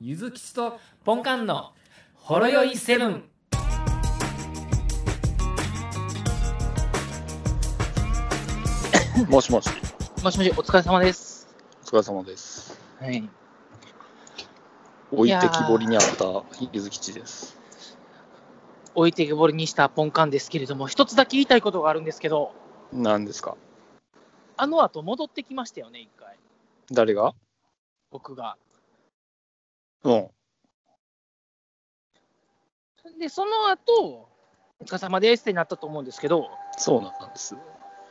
ゆずきちとポンカンのほろよいセブン。もしもし、もしもし、お疲れ様です。お疲れ様です。はい。置いてきぼりにあったゆずきちです。置いてけぼりにしたポンカンですけれども、一つだけ言いたいことがあるんですけど、何ですかあの後戻ってきましたよね、一回。誰が僕が。うん。で、その後、お疲れ様ですってなったと思うんですけど、そうなんです。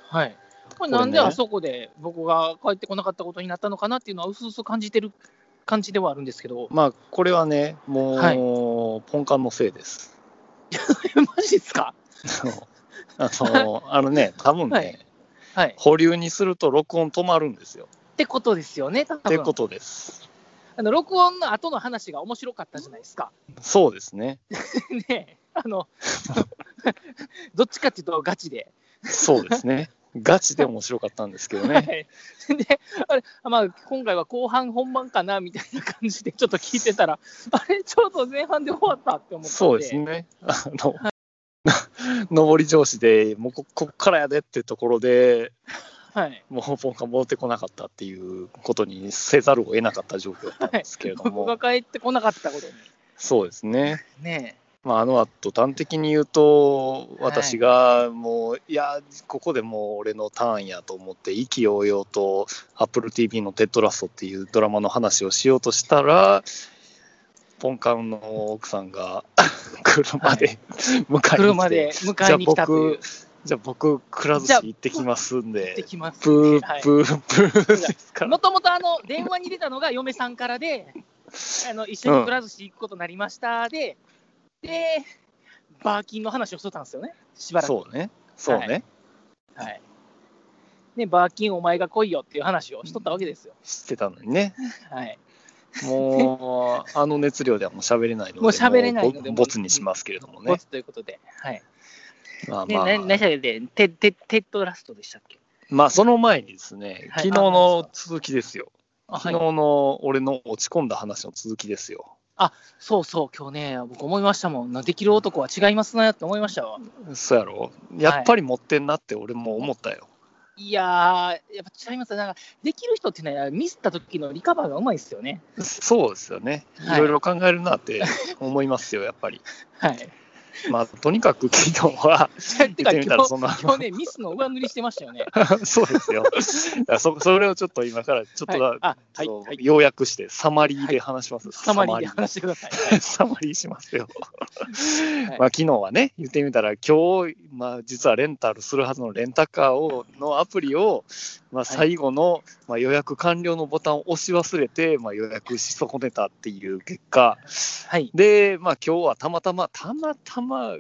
はい。これねなんであそこで僕が帰ってこなかったことになったのかなっていうのは、うすうす感じてる感じではあるんですけど、 まあ、これはね、もう、はいポンカンのせいです。 マジですかあ の、あのね、多分ね、はいはい。保留にすると録音止まるんですよ。ってことですよね、多って分ことです。あの録音の後の話が面白かったじゃないですか。そうですね。 ねえあ の、どっちかっていうとガチで。そうで すね。ガチで面白かったんですけどはね。い、で、あれ、まあ、今回は後半本番かなみたいな感じでちょっと聞いてたら、あれ、ちょうど前半で終わったって思ったんで、そうですね。あの、 上り調子で、もうここっからやでってところで、はい、もうポンカン戻ってこなかったっていうことにせざるを得なかった状況だったんですけれども、僕が帰ってこなかったことに。そうですね、ねまあ、あのあと端的に言うと、はい私がもう、いや、ここでもう俺のターンやと思って、意気揚々と Apple TV の「テッドラスト」っていうドラマの話をしようとしたら、ポンカンの奥さんが車で、え、迎えに来車てで、迎えに来たという。じゃあ僕、くら寿司行ってきます行んってで、きますプね、ープープーですからもともとあの電話に出たのが嫁さんからで、あの一緒にくら寿司行くことになりましたで、で、バーキンの話をしてたんですよね、しばらく。そうね。そうね。はい。ね、バーキンお前が来いよっていう話をしとったわけですよ。知ってたのに ね。はい。もう、あの熱量ではもう喋れないので、もう喋れないのでもうもうボボツにしますけれどボもねツ。ということで。はい。まあね、まあ、な何でしたっけテッテッテッドラストでしたっけまあ、その前にですね、はい昨日の続きですよ。あ昨日の俺の落ち込んだ話の続きですよ。そうそう、今日ね、僕思いましたもん。なできる男は違いますなって思いましたわ。そうやろやっぱり持ってんなって俺も思ったよ。いやー、やっぱ違いますねなんか、できる人ってね、ミスった時のリカバーがうまいですよね。そうですよね。いはいろいろ考えるなって思いますよ、やっぱり。 はい。まあ、とにかく昨日は、て言か、って今み日たらそんな、今日ね、ミスの上塗りしてました よね。そうですよ。だからそそれをちょっと今から、ちょっとだ、はい、あ、はい。そうはい、要約して、サマリーで話します。サマリーで話してください。 サマリーしますよ。いまあ昨日はね、言ってみたら、今日、まあ実はレンタルするはずのレンタカーをのアプリを、まあ最後の、まあ予約完了のボタンを押し忘れて、まあ予約し損ねたっていう結果、はい。で、まあ今日はたまたま、たまたま、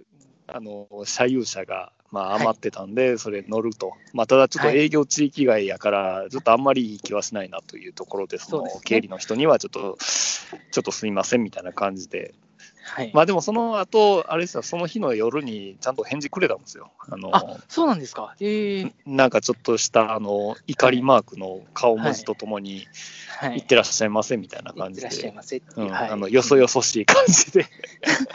あの、社有車が、まあはい余ってたんで、それ乗ると。まあただちょっとはい営業地域外やから、ちょっとあんまりいい気はしないなというところで、そそうですのね経理の人にはちょっと、ちょっとすみませんみたいな感じで。はい。まあでもその後、あれですよ、その日の夜にちゃんと返事くれたんですよ。あの、あ、そうなんですか。えー、なんかちょっとした、あの、怒りマークの顔文字とともに、はいってらっしゃいませみたいな行感ってじらっしゃいで。ませってういん、うはいあのよそよそしい感じで、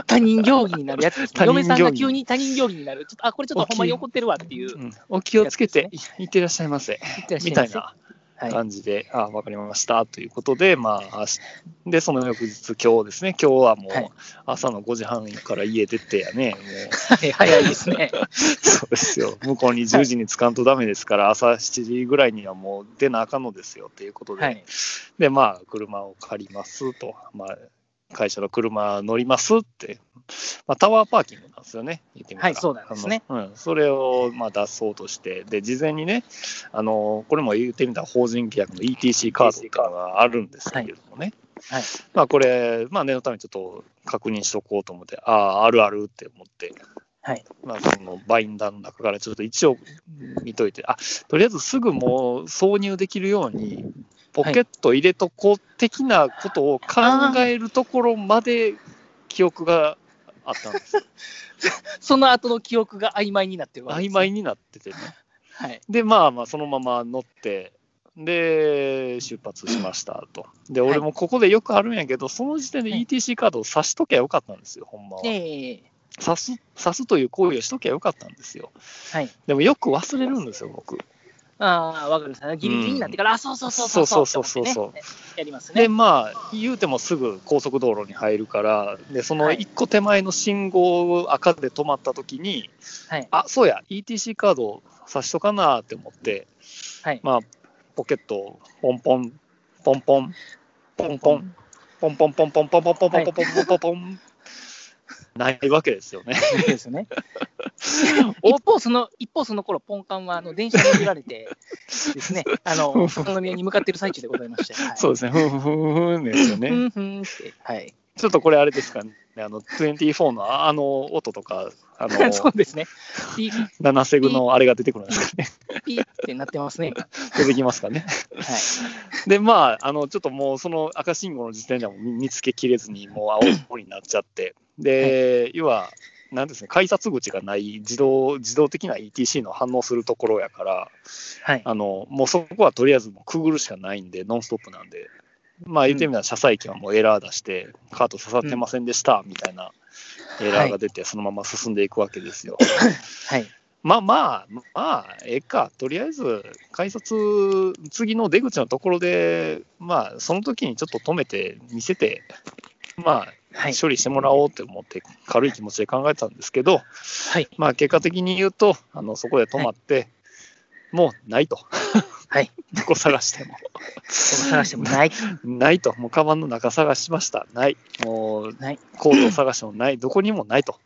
他人行儀になるやつ 他人行儀嫁さんが急に他人行儀になるちょっとあこれちょっとほんまに怒ってるわっていううんお気をつけて、いってらっしゃいませ、言ってらっしゃみまたせいなはい感じで、あわかりましたということで、まあ、あしで、その翌日、今日ですね、今日はもうはい朝の5時半から家出てやね、もう、はい早いですねそうですよ、向こうに10時に着かんとダメですから、朝7時ぐらいにはもう出なあかんのですよということで、はいで、まあ、車を借りますと、まあ、会社の車乗りますって、まあ、タワーパーキングなんですよね、言ってみたらはいそうなんですね。あのうん、それをまあ出そうとして、で、事前にね、あのこれも言ってみたら、法人規約の ETC カードっていうのがあるんですけれどもね、はいはいまあ、これ、まあ、念のためにちょっと確認しとこうと思って、ああ、あるあるって思って。はいまあ、そのバインダーの中からちょっと一応見といて、あとりあえずすぐもう挿入できるように、ポケット入れとこう的なことを考えるところまで記憶があったんですよ。その後の記憶が曖昧になってるわけです曖昧になっててね。はいで、まあまあ、そのまま乗って、で、出発しましたと。で、はい俺もここでよくあるんやけど、その時点ではい ETC カードを差しときゃよかったんですよ、ほんまは。ええ差す、差すという行為をしときゃよかったんですよ。はい。でもよく忘れるんですよ、僕。ああ、わかりました。ギリギリになってから、あ、そうそうそうそうそうそうそうそうって思ってねやりますで、ね。まあ、言うてもすぐ高速道路に入るから、で、そのはい一個手前の信号赤で止まった時に、はいあ、そうや、ETC カード差しとかなって思って、はいまあ、ポケットをポンポン、ポンポン、ポンポン、ポンポンポンポンポンポンポンポンポンポンポンポンポン、ないわけですよね。そうですね。 一方その一方その頃ポンカンはあの電車に乗られてですね、あの宇都宮に向かってる最中でございまして、はい、そうですね、ふんふんふんですようね。んふんって、はい、ちょっとこれあれですかね、あの、24のああの音とか、あの、そうですね。ピー7セグのあれが出てくるんですかね。ピーってなってますね。今出てきますかね。はい。で、まあ、あの、ちょっともうその赤信号の時点ではもう見見つけきれずに、もう青い方になっちゃって。で、要は、なんですね、改札口がない自動、自動的な ETC の反応するところやから、はい。あの、もうそこはとりあえずもうくぐるしかないんで、ノンストップなんで、まあ言ってみたら、車載機はもうエラー出して、カート刺さってませんでした、みたいなエラーが出て、そのまま進んでいくわけですよ。はい。まあまあ、まあ、ええか、とりあえず、改札、次の出口のところで、まあ、その時にちょっと止めて、見せて、まはあ、い。処理してもらおうって思って、軽い気持ちで考えてたんですけど、はい。まあ、結果的に言うと、あのそこで止まって、もうないと。 はい。どこ探しても。そこ探してもない。ないと。もう、カバンの中探しました。ない。もう、ないコートを探してもない。どこにもないと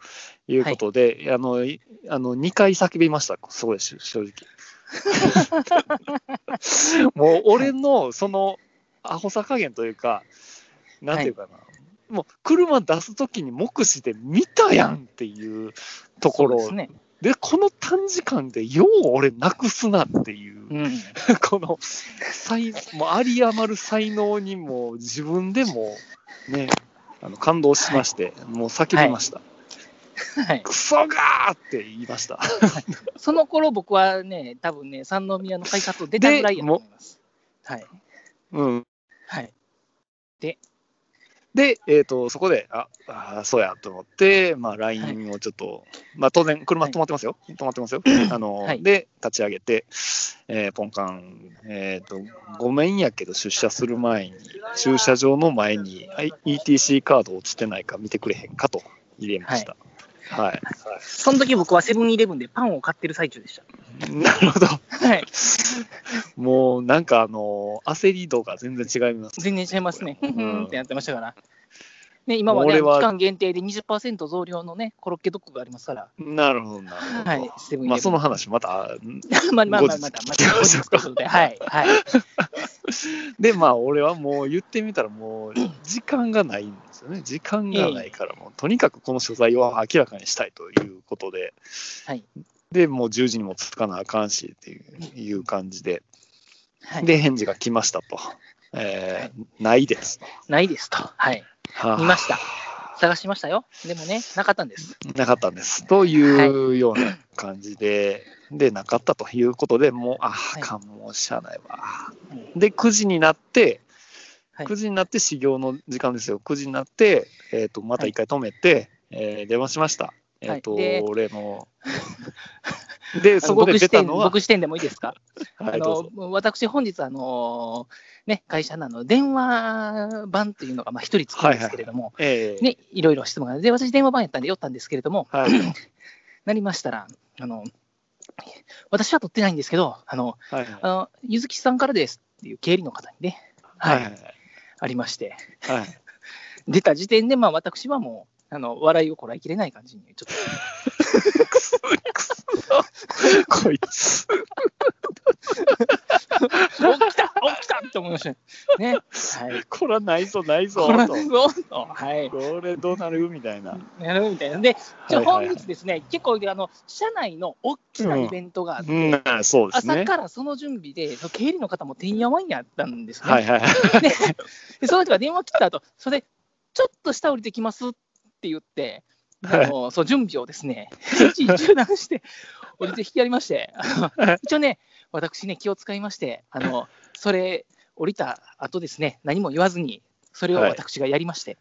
いうことで、あの、いあの2回叫びました。すごいです、正 直。もう、俺の、その、アホさ加減というか、なんていうかな。もう車出すときに目視で見たやんっていうところそうですね。で、この短時間で、よう俺なくすなっていう、うん。この才、もうあり余る才能にも、自分でも、ね、あの感動しまして、もう叫びました。はい。クソガーって言いました。その頃僕はね、多分ね、三宮の改札を出たぐらいやと思います。はい。うん。はい。で、えっ、と、そこで、あ、あーそうやと思って、まあ、LINE をちょっと、まあ、当然、車はい止まってますよ。止まっ てますよ。あの、はいで、立ち上げて、えーポンカン、えっ、と、ごめんやけど、出社する前に、駐車場の前に、はい ETC カード落ちてないか見てくれへんかと入れました。はい。その時僕はセブンイレブンでパンを買ってる最中でし なるほど。た。はい。もう、なんか、あの、焦り度が全然違います。全然違いますね。ふんふんってなってましたから。ね、今もうはね、俺は期間限定で20%増量のね、コロッケドッグがありますから。 なるほど、なるほど。はい。セブンイレブン。まあ、その話、また、んまあまあまあ後日また、ま聞きた、ま後し日ょうということで。はい。はい。でまあ俺はもう言ってみたらもう時間がないんです よね時間がないからもうとにかくこの所在を明らかにしたいということで、はいでもう10時にも着かなあかんしっていういう感じで、はい、で返事が来ましたと、えーないですと、ないですと。はい。はあ見ました。探しましたよ。でもね、なかったんです。なかったんですというような感じで、でなかったということでもうああいかんもうしゃあないわうんで、9時になって、はい9時になって始業の時間ですよ。9時になって、えっ、と、また一回止めて、えー電話しました。えっ、と、で俺の。 で、そこあの僕で出視た点のは、僕視点でもいいですかはあい、どうぞ。の私、本日、あのーね、会社のあの電話番というのがまあ一人つくんですけれども、えー、いね、いろいろ質問がで、私、電話番やったんで、寄ったんですけれども、はい、なりましたら、あの私は取ってないんですけど、あの、はい、あのゆずきさんからですっていう経理の方にね、ははいい、ありまして、はい、出た時点で、まあ、私はもう、あの笑いをこらえきれない感じに、ちょっとくすくすこいつ。、お来たお来たって思いましたね。ねはいこらないぞ、ないぞこ。らとずおっとはい、これどうなるみたいな。やるみたいな。で、ちょはいはい本日ですね、結構であの、社内の大きなイベントがあって、うん、そうです朝ね。からその準備で、その経理の方もてんやわんやあったんですね。 はいはい。で、でその人が電話切った後、それで、ちょっと下降りてきますって言って、あの そう準備をですね、一時中断して、降りて引きやりまして、あの一応ね、私ね、気を使いまして、あの、それ、降りた後ですね、何も言わずに、それをはい私がやりまして、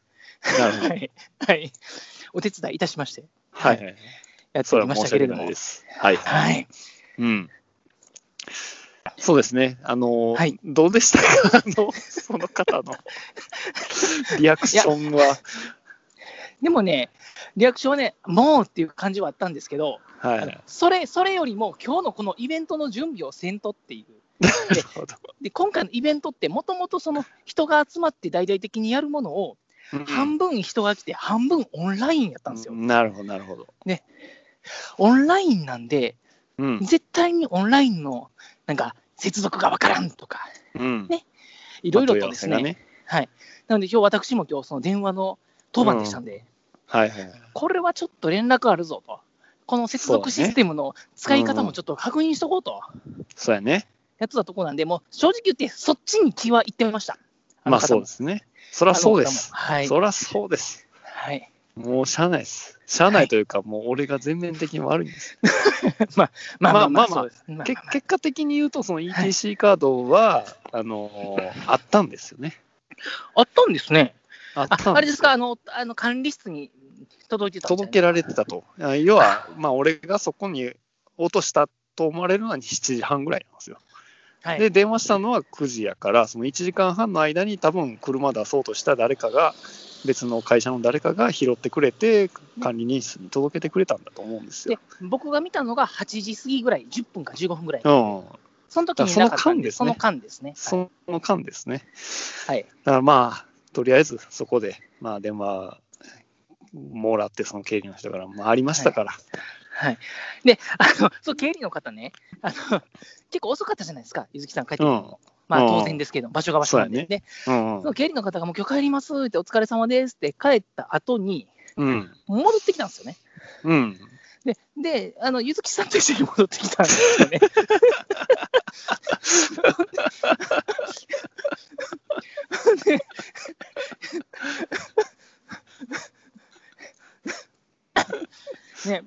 なるほどは。い、はい、お手伝いいたしまして、は。はいやってそおれりまは申したしけれ訳どなもいで。す。はい。はい。うん。そうですね。あの、はいどうでしたかあの、 その 方のリアクションは。でもね、リアクションはね、もうっていう感じはあったんですけど、はい。あのなるそれ、それよりも、今日のこのイベントの準備をせんとっていう。ほど。で、今回のイベントって、もともとその人が集まって大々的にやるものを、うん半分人が来て、半分オンラインやったんですよ。なるほど、なるほど。オンラインなんで、うん。絶対にオンラインの、なんか、接続がわからんとか、うん。ねいろいろとですね。問い合わせはい。なので、今日私も今日、その電話の当番でしたんで、がね。はいはい。これはちょっと連絡あるぞと。この接続システムの使い方もちょっと確認しとこうと。そうやね。やってたとこなんで、もう正直言って、そっちに気は行ってました。。まあそうですすね。そらそうであすの。方もはい。そらそうです。はい、もうしゃあないです。しゃあないというか、もう俺が全面的に悪いんです。まあまあままああまあまあそうですまあけ結果的に言うと、その ETC カードは、あのーあったんですよね。あったんですね。あっあたんあれですかあの、あの管理室に届いてたんじゃない届けられてたと。あ要は、まあ、俺がそこに落としたと思われるのは7時半ぐらいなんですよ。はい、で、電話したのは9時やから、その1時間半の間に多分車出そうとした誰かが、別の会社の誰かが拾ってくれて、管理人室に届けてくれたんだと思うんですよで。僕が見たのが8時過ぎぐらい、10分か15分ぐらい。うん。その時になかったんで、そそのの間ですね。はいその間ですね。はい。だからまあ、とりあえずそこで、まあ電話もらって、その経理の人から、まあありましたから。はい、で、あの、そう、経理の方ね、あの、結構遅かったじゃないですか、ゆずきさん帰ってくるのも。まあうん当然ですけど、場所が場所なんで。そうね、うん。そうのん。経理の方が、もう今日帰りますって、お疲れ様ですって帰った後に、うん。戻ってきたんですよね。うん。で、であのゆずきさんと一緒に戻ってきたんですよね。でね、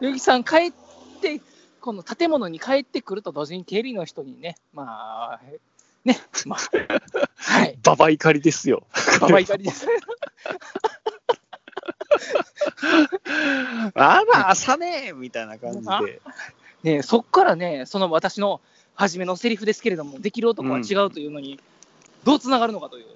ゆずきさん帰って、この建物に帰ってくると同時に経理の人にね、まあ、ね、まあ、はい、ババ怒りですよ。ババ怒りです。あら、朝ねみたいな感じで。ね、そっからね、その私の初めのセリフですけれども、できる男は違うというのに、どうつながるのかという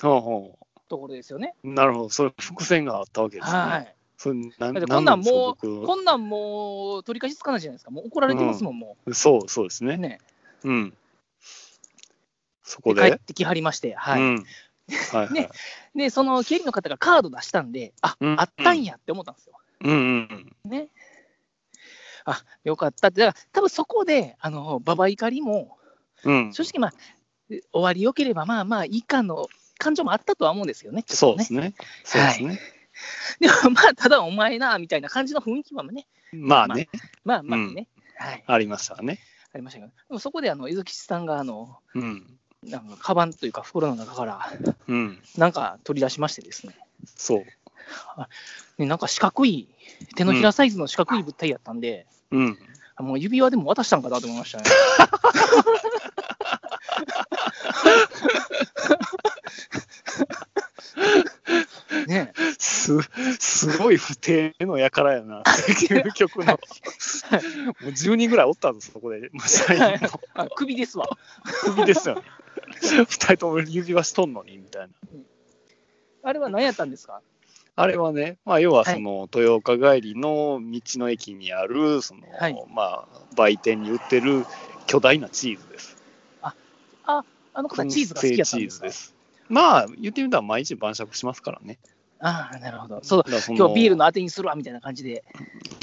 ほうほところですよね。うなるほど、それ伏線があったわけですね。はい。それなだってこんなんもう、僕こんなんもう取り返しつかないじゃないですか。もう怒られてますもん、もそう、そうですう。ね。ね。うん。そこでで。帰ってきはりまして、はい。 うん。はい、はい。ねで、その経理の方がカード出したんで、あ、うんあったんやって思ったんですよ。うんうんね。あ、よかったって。だから、多分そこで、あの、ババ怒りも、うん。うん。正直まあ、終わり良ければ、まあまあ、いいかの感情もあったとは思うんですけどね。ちょっそとうねですね。そうですね。でもまあ、ただお前な、みたいな感じの雰囲気はね、まあね、まあまあね、はい、ありましたね。ありましたけど、でもそこで、あの、ゆずきちさんが、あの、うん。なんか、カバンというか袋の中から、うん。なんか取り出しましてですね、そう。でなんか四角い、手のひらサイズの四角い物体やったんで、うん。もう指輪でも渡したんかなと思いました ね。ねえす、すごい不定のやからやな。究極 の。もう10人ぐらいおったぞ、そこで。もう社員はい のあ首ですわ。首ですよね。二人とも指輪しとんのに、みたいな。あれは何やったんですかあれはね、まあ、要はその、豊岡帰りの道の駅にある、その、はいまあ、売店に売ってる巨大なチーズです。あの方、チーズが好きやったんですか燻製チーズです。まあ、言ってみたら毎日晩酌しますからね。ああ、なるほど。そうだ、今日今日ビールの当てにするわみたいな感じで、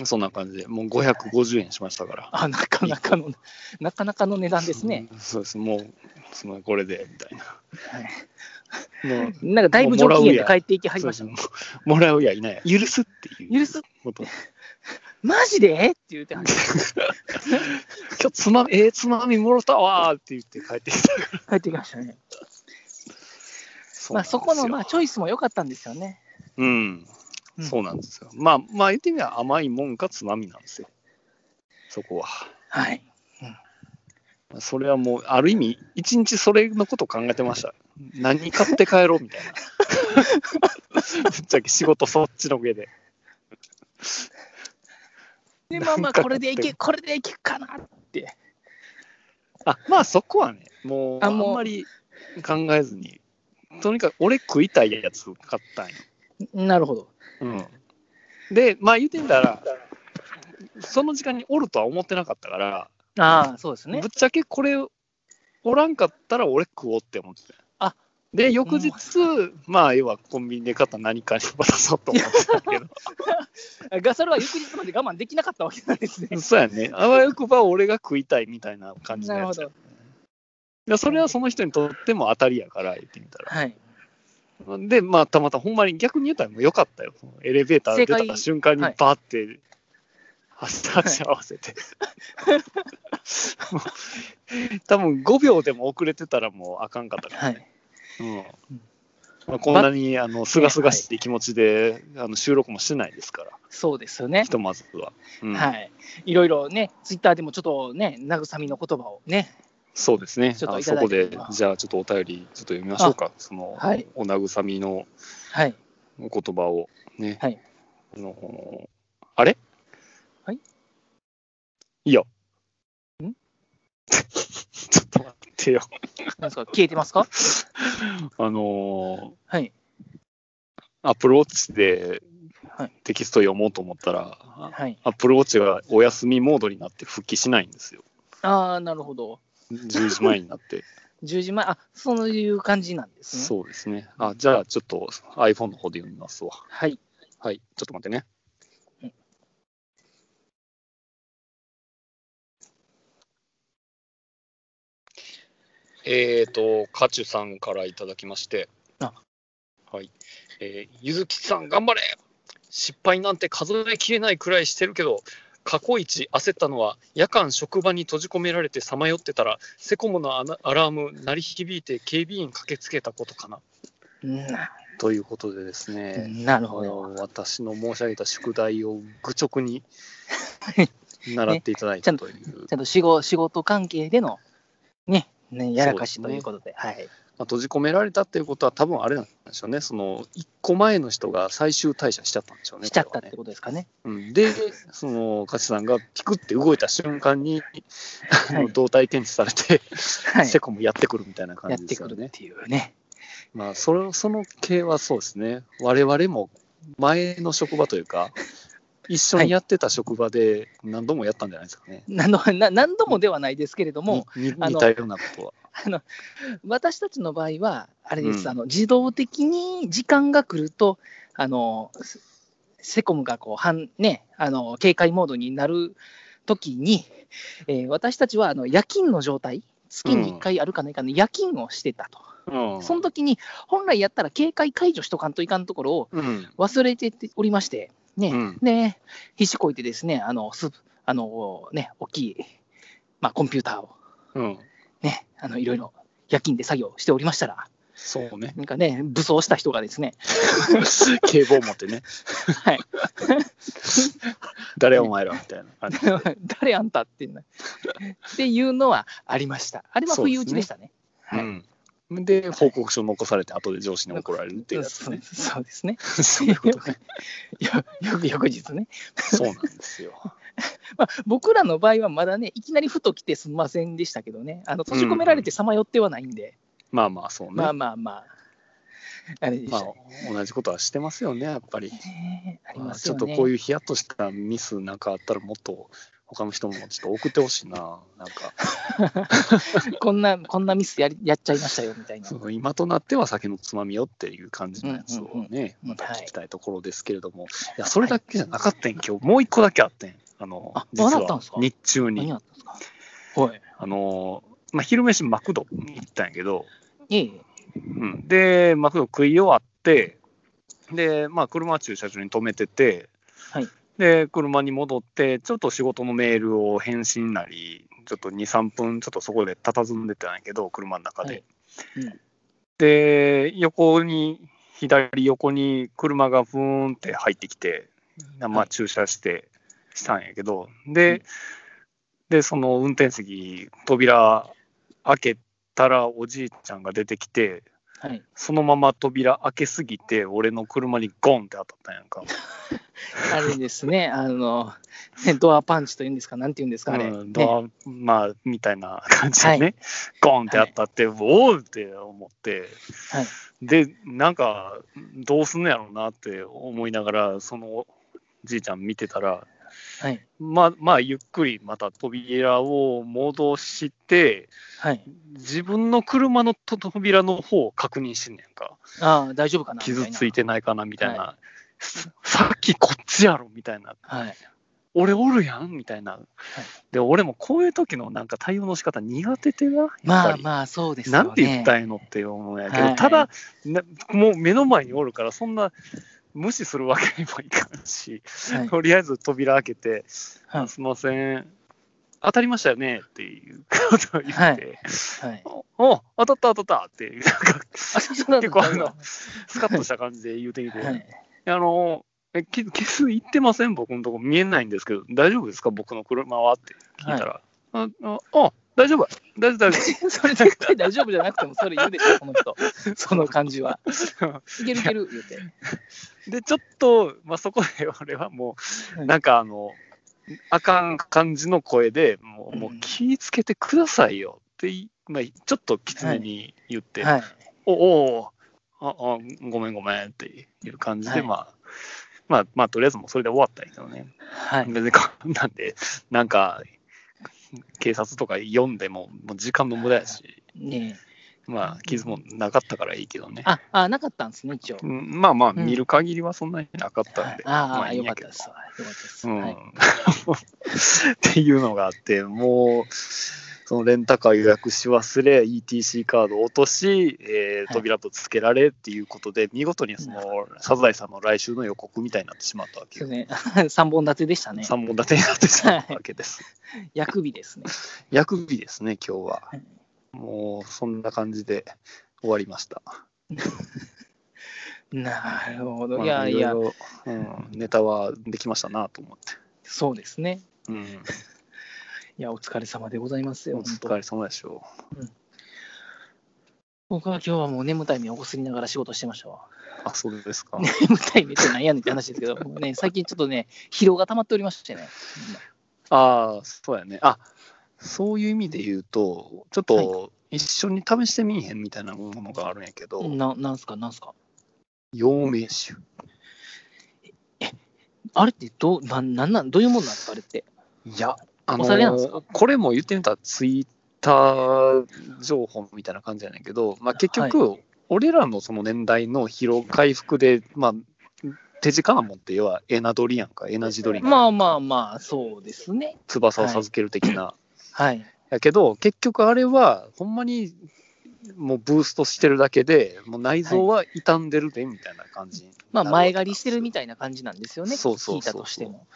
そんな感じで、もう550円しましたから。あなかなかの、なかなかの値段ですね。うん。そうです、もう、そのこれで、みたいな。もうなんかだいぶ上機嫌で帰っていきはりましたね。そうですもうもらうやいないや、許すっていう許す、こと。マジでって言ってはり、今日つま み、えー、つまみもろたわーって言って帰ってきた。帰ってきましたね。そまあ、そこのまあ、あチョイスも良かったんですよね。うん、うんそうなんですよ。まあ、まあ、言ってみれば甘いもんかつまみなんですよ。そこは。はい。それはもう、ある意味、一日それのこと考えてま した。何買って帰ろうみたい な。ぶっちゃけ仕事そっちの上で。で、まあまあ、これでいけ、これでいけかな。あ、まあそこはね、もう、ああもうんまり考えずに。とにかく、俺食いたいやつ買ったんよ。なるほど。うん。で、まあ言うてみたら、その時間におるとは思ってなかったから、ああ、そうですねぶっ。ちゃけこれ、おらんかったら俺食おうって思ってた。あで、翌日、まあ、要はコンビニで買った何かに渡そうと思ってた けガサルは翌日まで我慢できなかったわけなんですねど、。そうやね。あわよくば俺が食いたいみたいな感じの なるやほつや。ど。いやそれはその人にとっても当たりやから、言ってみたら。はい。で、まあ、たまたまほんまに逆に言ったらもうよかったよ。エレベーター出正解た瞬間にはいバーって、足と足合わせて。もう多分5秒でも遅れてたらもうあかんかったからはね。い。うんまあ、こんなにあのすがすがしい気持ちで、あの収録もしてないですから、そうですよねひ。とまずは。うんはい。いろいろね、ツイッターでもちょっとね、慰みの言葉をね。そうですね、ちょっとあのいそただこいてで、じゃあちょっとお便り、ちょっと読みましょうか、その、はいお慰みのはい。お言葉をね。はいあのあれはいいい よ。んちょっと待ってよ。なんですか消えてますかあのはい。アップルウォッチではいテキスト読もうと思ったら、はい。アップルウォッチがお休みモードになって復帰しないんですよ。ああ、なるほど。 10時前になって。 10時前、あ、そういう感じなんですね。そうですね。あ、じゃあちょっと iPhone の方で読みますわ。はい。はい、ちょっと待ってねうん。えっ、と、カチュさんからいただきまして、あはい、えー、ゆずきさん頑張れ失敗なんて数えきれないくらいしてるけど、過去一焦ったのは、夜間職場に閉じ込められてさまよってたら、セコムのアナアラーム鳴り響いて警備員駆けつけたことかな。なということでですね、なるほあど。の私の申し上げた宿題を愚直に習っていただいちゃたんという、ちゃんと仕事仕事関係での、ね、ねやらかしそうですといねうことで。はい。まあ、閉じ込められたっていうことは多分あれなんでしょうねその1個前の人が最終退社しちゃったんでしょうねしちゃったっこれはてことですかね。ねうん、でその勝さんがピクって動いた瞬間に、あはいの 動体検知されて、はい。セコムやってくるみたいな感やっじでてすくよるっねていうね。まあそれその系はそうですね我々も前の職場とい うか一緒にやってた職場で何度もやったんじゃないですかね、何度な何度もではないですけれども、ににあの似たようなことは。あの私たちの場合は、あれです、うんあの自動的に時間が来ると、あのセセコムがこう反、ね、あの警戒モードになるときに、えー私たちはあの夜勤の状態、月に1回あるかないかの夜勤をしてたと、うんその時に本来やったら警戒解除しとかんといかんところをうん忘れておりまして、ね、うんで、必死こいてですね、あの、すあのね、大きい、まあ、コンピューターをうんね、あの、いろいろ夜勤で作業しておりましたら、そうねなんかね、武装した人がですね、 警棒持ってねはい、 誰お前らみたいな感じで誰あんたっていうのっていうのはありました。あれはそうで不意打すねちでしたね。はいうん、で報告書残されて後で上司に怒られるっていうやつそうねですそうですね。 そういうよこと ねよ く翌日ね、そうなんですよまあ。僕らの場合はまだね、いきなりふと来てすんませんでしたけどね、あの閉じ込められてさまよってはないんで、まあまあそうね、ままああまあまあ、あれでしたね。同じことはしてますよねやっぱり、ねありままあすちょよっね。とこういうヒヤッとしたミスなんかあったらもっと他の人もちょっと送ってほしいななんかこんな、こんなミスやりやっちゃいましたよみたいなそ。の今となっては酒のつまみよっていう感じのやつをうんね、うんまた聞きたいところですけれども、い、や、それだけじゃなかったん、今日、もう一個だけあってん、あの、あ実まだあったんはすか日中何に、やったんですかはい。あの、まあ、昼飯、マクドに行ったんやけど、いえいえ。うん、で、マクド食い終わって、で、まあ、車は駐車場に止めてて、はいで、車に戻って、ちょっと仕事のメールを返信なり、ちょっと2、3分、ちょっとそこで佇んでたんやけど、車の中で。はいうんで、横に、左横に車がふーんって入ってきて、まはあ、い駐車して、したんやけど、で、で、その運転席、扉開けたらおじいちゃんが出てきて、はい、そのまま扉開けすぎて、俺の車にゴンって当たったんやんか。あれですね、 あの、ねドアパンチというんですか、なんていうん ですか、あれ。うん、ねどうまあ、みたいな感じでね、ゴンってあったって、おうって思って、はいで、なんか、どうすんのやろうなって思いながら、そのじいちゃん見てたら、はい、まあ、まあ、ゆっくりまた扉を戻して、はい。自分の車のと扉の方を確認してんねんか、ああ、大丈夫かなみたいな傷ついてないかなみたいな、さ さっきこっちやろみたいな、はい。俺おるやんみたいな、で俺もこういう時のなんか対応の仕方苦手でなやっぱりまあまあ、そうですよね。なんて言ったんやのって思うんやけど、はいただなもう目の前におるからそんな無視するわけにもいかんし、はいとりあえず扉開けて「はいすいません当たりましたよね」っていうことを言って「はいはい。おお当たった当たった」ってなんか 結構あのはスカッとした感じで言うてきてい。「あのえき傷いってません僕のとこ見えないんですけど大丈夫ですか僕の車は」って聞いたら「あああ大丈夫大丈夫大丈夫」 それ絶対大丈夫じゃなくても、それ言うでしょ、この 人。その感じは。いけるいける、言うて。で、ちょっと、まあ、そこで俺はもはう、いなんかあの、あかん感じの声で、もうう、んもう気ぃつけてくださいよってい、まあ、ちょっときつめに言って、はい。おおああ、ごめんごめんっていう感じはで、いまあ、まあ、まあ、とりあえずもうそれで終わったんやけどね。はい。別にこんなんで、なんか、警察とか読んでも、もう時間の無駄やし、ねえまあ、傷もなかったからいいけどね。あ、あ、なかったんですね、一応。うんまあまあ、うん見る限りはそんなになかったんで。あまあ、いいよんかっやけたどですわ。よかったです。うん はい。っていうのがあって、もう、そのレンタカー予約し忘れ、ETC カードを落とし、えーはい扉とつけられっていうことで、見事にそのサザエさんの来週の予告みたいになってしまったわけそうよ。ね。3本 立てでしたね。 3本立てになってしまったわけです。薬日ですね。薬日ですね、今日ははい。もう、そんな感じで終わりました。なるほまど。あいやいや、ろろうん、ネタはできましたなと思って。そうですね。うん、いや、お疲れ様でございますよ。お本当疲れ様でしょ僕は今日はもう眠たい目をこすりながら仕事してましたわ。 う。あ、そうですか。眠たい目ってなんやねんって話です けど、もうね、最近ちょっとね、疲労が溜まっておりましてね。ああ、そうやね。あそういう意味で言うと、ちょっと一緒に試してみいへんみたいなものがあるんやけど、ななんすか、なんすか。陽明酒。あれってどう、なんなんなん、どういうもんなんですか、あれって。いや、あのお酒なんですかこれも言ってみたらツイッター情報みたいな感じやねんけど、まあ、結局、俺らのその年代の疲労回復で、まあ、手近なもんって要はエナドリやんか、エナジードリンク、まあまあまあ、そうですね。翼を授ける的な。はい。やけど、結局あれは、ほんまにもうブーストしてるだけで、もう内臓は傷んでるでみたいな感じ、まあ、前借りしてるみたいな感じなんですよね、そうそうそう聞いたとしても。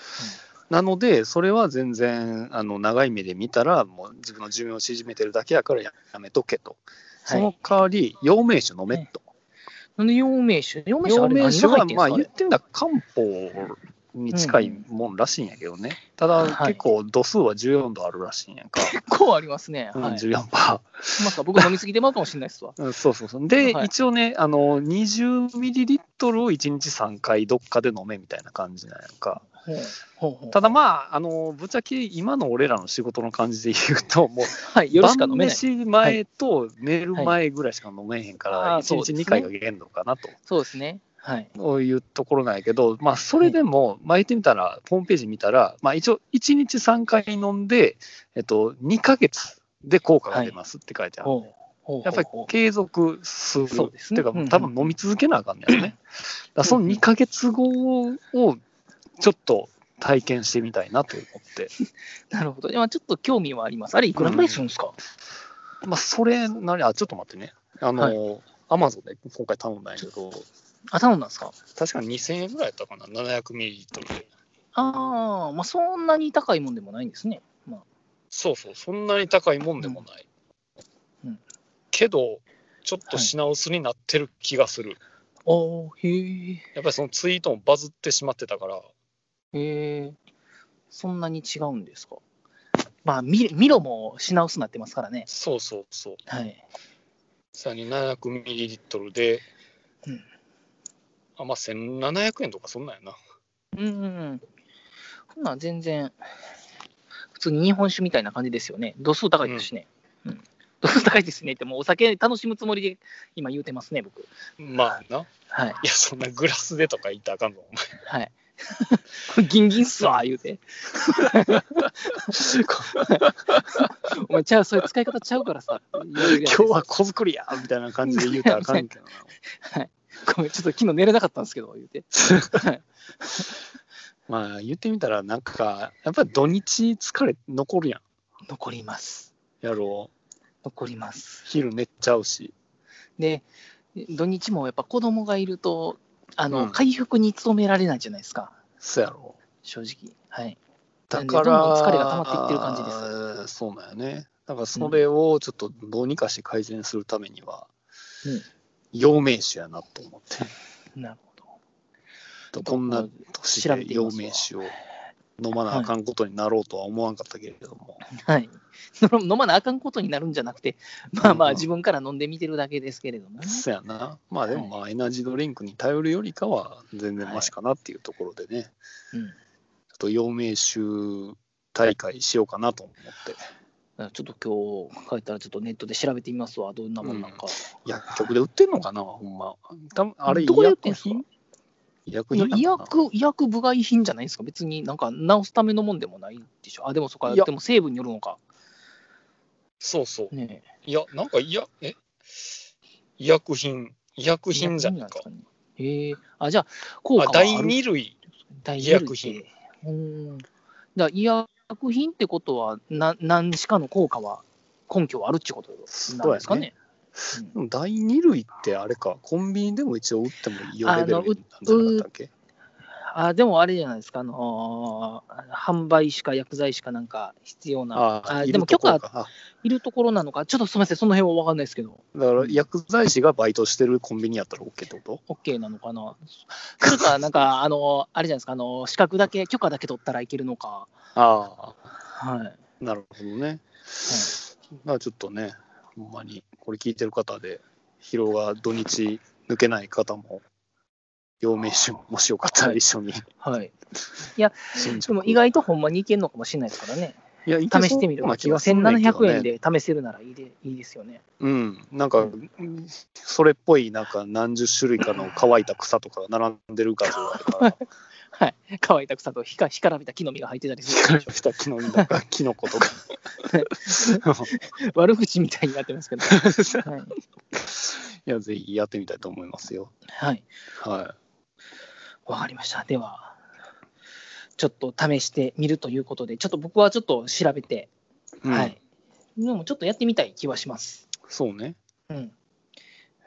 なので、それは全然あの長い目で見たら、もう自分の寿命を縮めてるだけやからやめとけと。そはのい。代わり、陽明酒飲めと。なんで、陽明酒、陽明酒陽あれ明何酒が入は、ってんすまかああ言れってみたら漢方に近いもんらしいんやけどね。ただ、はい結構度数は14度あるらしいんやんか。結構ありますね。うんはい。 14パー。まさか僕飲みすぎてまうかもしれないですわ。 うんそうそうそう。で、はい一応ね、あの、20ミリリットルを1日3回どっかで飲めみたいな感じなんやんか。ほうほうほうただまあ、あの、ぶっちゃけ今の俺らの仕事の感じで言うと、もう、はい、夜しか飲めない。晩飯前と寝る前ぐらいしか飲めへんから、はいあー1そうです日ね2回が限度かなと。そうですね。はい。こういうところなんやけど、まあ、それでも、まあ、言ってみたら、ホームページ見たら、まあ、一応、1日3回飲んで、えっと、2ヶ月で効果が出ますって書いてある。ほうほうほうほうやっぱり継続する。そうですねっていううんうか、ん多分飲み続けなあか んねやろね。だからその2ヶ月後をちょっと体験してみたいなと思って。 なるほど。まあちょっと興味はあります。あれ、いくらぐらいするんですか、まあ、それなり、あ、ちょっと待ってね。あの、アマゾンで今回頼んだんやけど、あ、頼んだんですか確か2000円ぐらいだったかな、700ミリリットルで。ああ、まあそんなに高いもんでもないんですね。まあ、そうそう、そんなに高いもんでもない。うんうんけど、ちょっと品薄になってる気がする。おーへえ。やっぱりそのツイートもバズってしまってたから、へえ。そんなに違うんですかまあ、ミミロも品薄になってますからね。そうそうそう。はい。さらに700ミリリットルで、うんあ、まあ1700円とかそんなんやな。うんうんうん。ほんなら全然、普通に日本酒みたいな感じですよね。度数高いですしね。うん度数高いですねって、もうお酒楽しむつもりで今言うてますね、僕。まあな。はい。いや、そんなグラスでとか言ったらあかんぞ、お前。はい。 ギンギンっすわ、言うて。 お前、ちゃう、そういう使い方ちゃうからさ。今 今日は小作りやみたいな感じで言うたらあかんけどな。ごめん、ちょっと昨日寝れなかったんですけど、言うて。 まあ言ってみたら、なんか、やっぱり土日疲れ残るやん。残ります。やろう。残ります。昼寝ちゃうし。で、土日もやっぱ子供がいると、あの、うん回復に努められないじゃないですか、そうやろう。正直。はい。だから、どんどん疲れが溜まっていってる感じですす。そうなんよね。だからそれをちょっとどうにかして改善するためには、うん陽明酒やなと思って。なるほど。とこんな年調べでてみ陽ますわ明酒を飲まなあかんことになろうとは思わんかったけれども、はい。 飲まなあかんことになるんじゃなくて、まあまうあんうん自分から飲んでみてるだけですけれどもね。そやなまあでもまあエナジードリンクに頼るよりかは全然マシかなっていうところでね、ちょうんっと陽明酒大会しようかなと思ってあちょっと今日帰ったらちょっとネットで調べてみますわ、どんなもんなんか。薬局で売ってんのかなほんま多分あれ医どこで売って薬んすか品医い薬や品な医のか薬、医薬部外品じゃないですか、別になんか治すためのもんでもないでしょ。あ、でもそっか、いやでも成分によるのか。そうそう。ねえいや、なんか、いや、え医薬品、医薬品じゃないか。医薬品なんですかね。ええあ、じゃあ、効果あ、はあ第る二類。第医二薬類っ品て。うん。だから医薬品ってことは、な何しかの効果は、根拠はあるってことなんですかね。でも第2類ってあれかコンビニでも一応売ってもいいよレベルになんじゃなかったっけあでもあれじゃないですか、あのー販売しか薬剤しかなんか必要な、あいるでもと許こ可かあいるところなのか、ちょっとすみません、その辺は分かんないですけど、だから薬剤師がバイトしてるコンビニやったら OK ってこと OK なのかな、それか、なんか、あのーあれじゃないですか、あのー資格だけ、許可だけ取ったらいけるのか、ああはい、なるほどね。まあちょっとね、ほんまに、これ聞いてる方で、疲労が土日抜けない方も、陽明酒もしよかったら一緒 に、はい、新で宿も意外とほんまにいけるのかもしれないですからね、いや、試試してみるわけは、1700円で。で試せるならいいでいいですよね。うん、なんか、それっぽい、なんか何十種類かの乾いた草とかが並んでる画像がある から、はい、乾いた草と干か干からびた木の実が入ってたりす光る らでしした木の実とか、キノコとか。ょ悪口みたいになってますけど、はいいや、ぜひやってみたいと思いますよ。はい、はわかりました。では、ちょっと試してみるということで、ちょっと僕はちょっと調べて、い。うんはい。。でもちょっとやってみたい気はします。そうね。うん。わか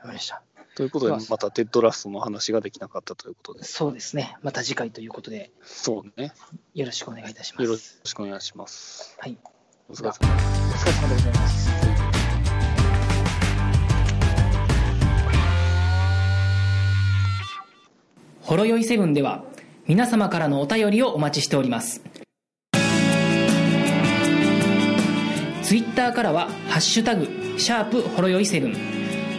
りました。ということでそう、またテッドラストの話ができなかったということです。そうですね。また次回ということで、そうね。よろしくお願いいたしまよろす。しくお願いします。はい。お疲れ様です。お疲れ様でございます。ほろよいセブンでは皆様からのお便りをお待ちしておりますツイッターからは「ハッシュタグシャープほろよいセブン」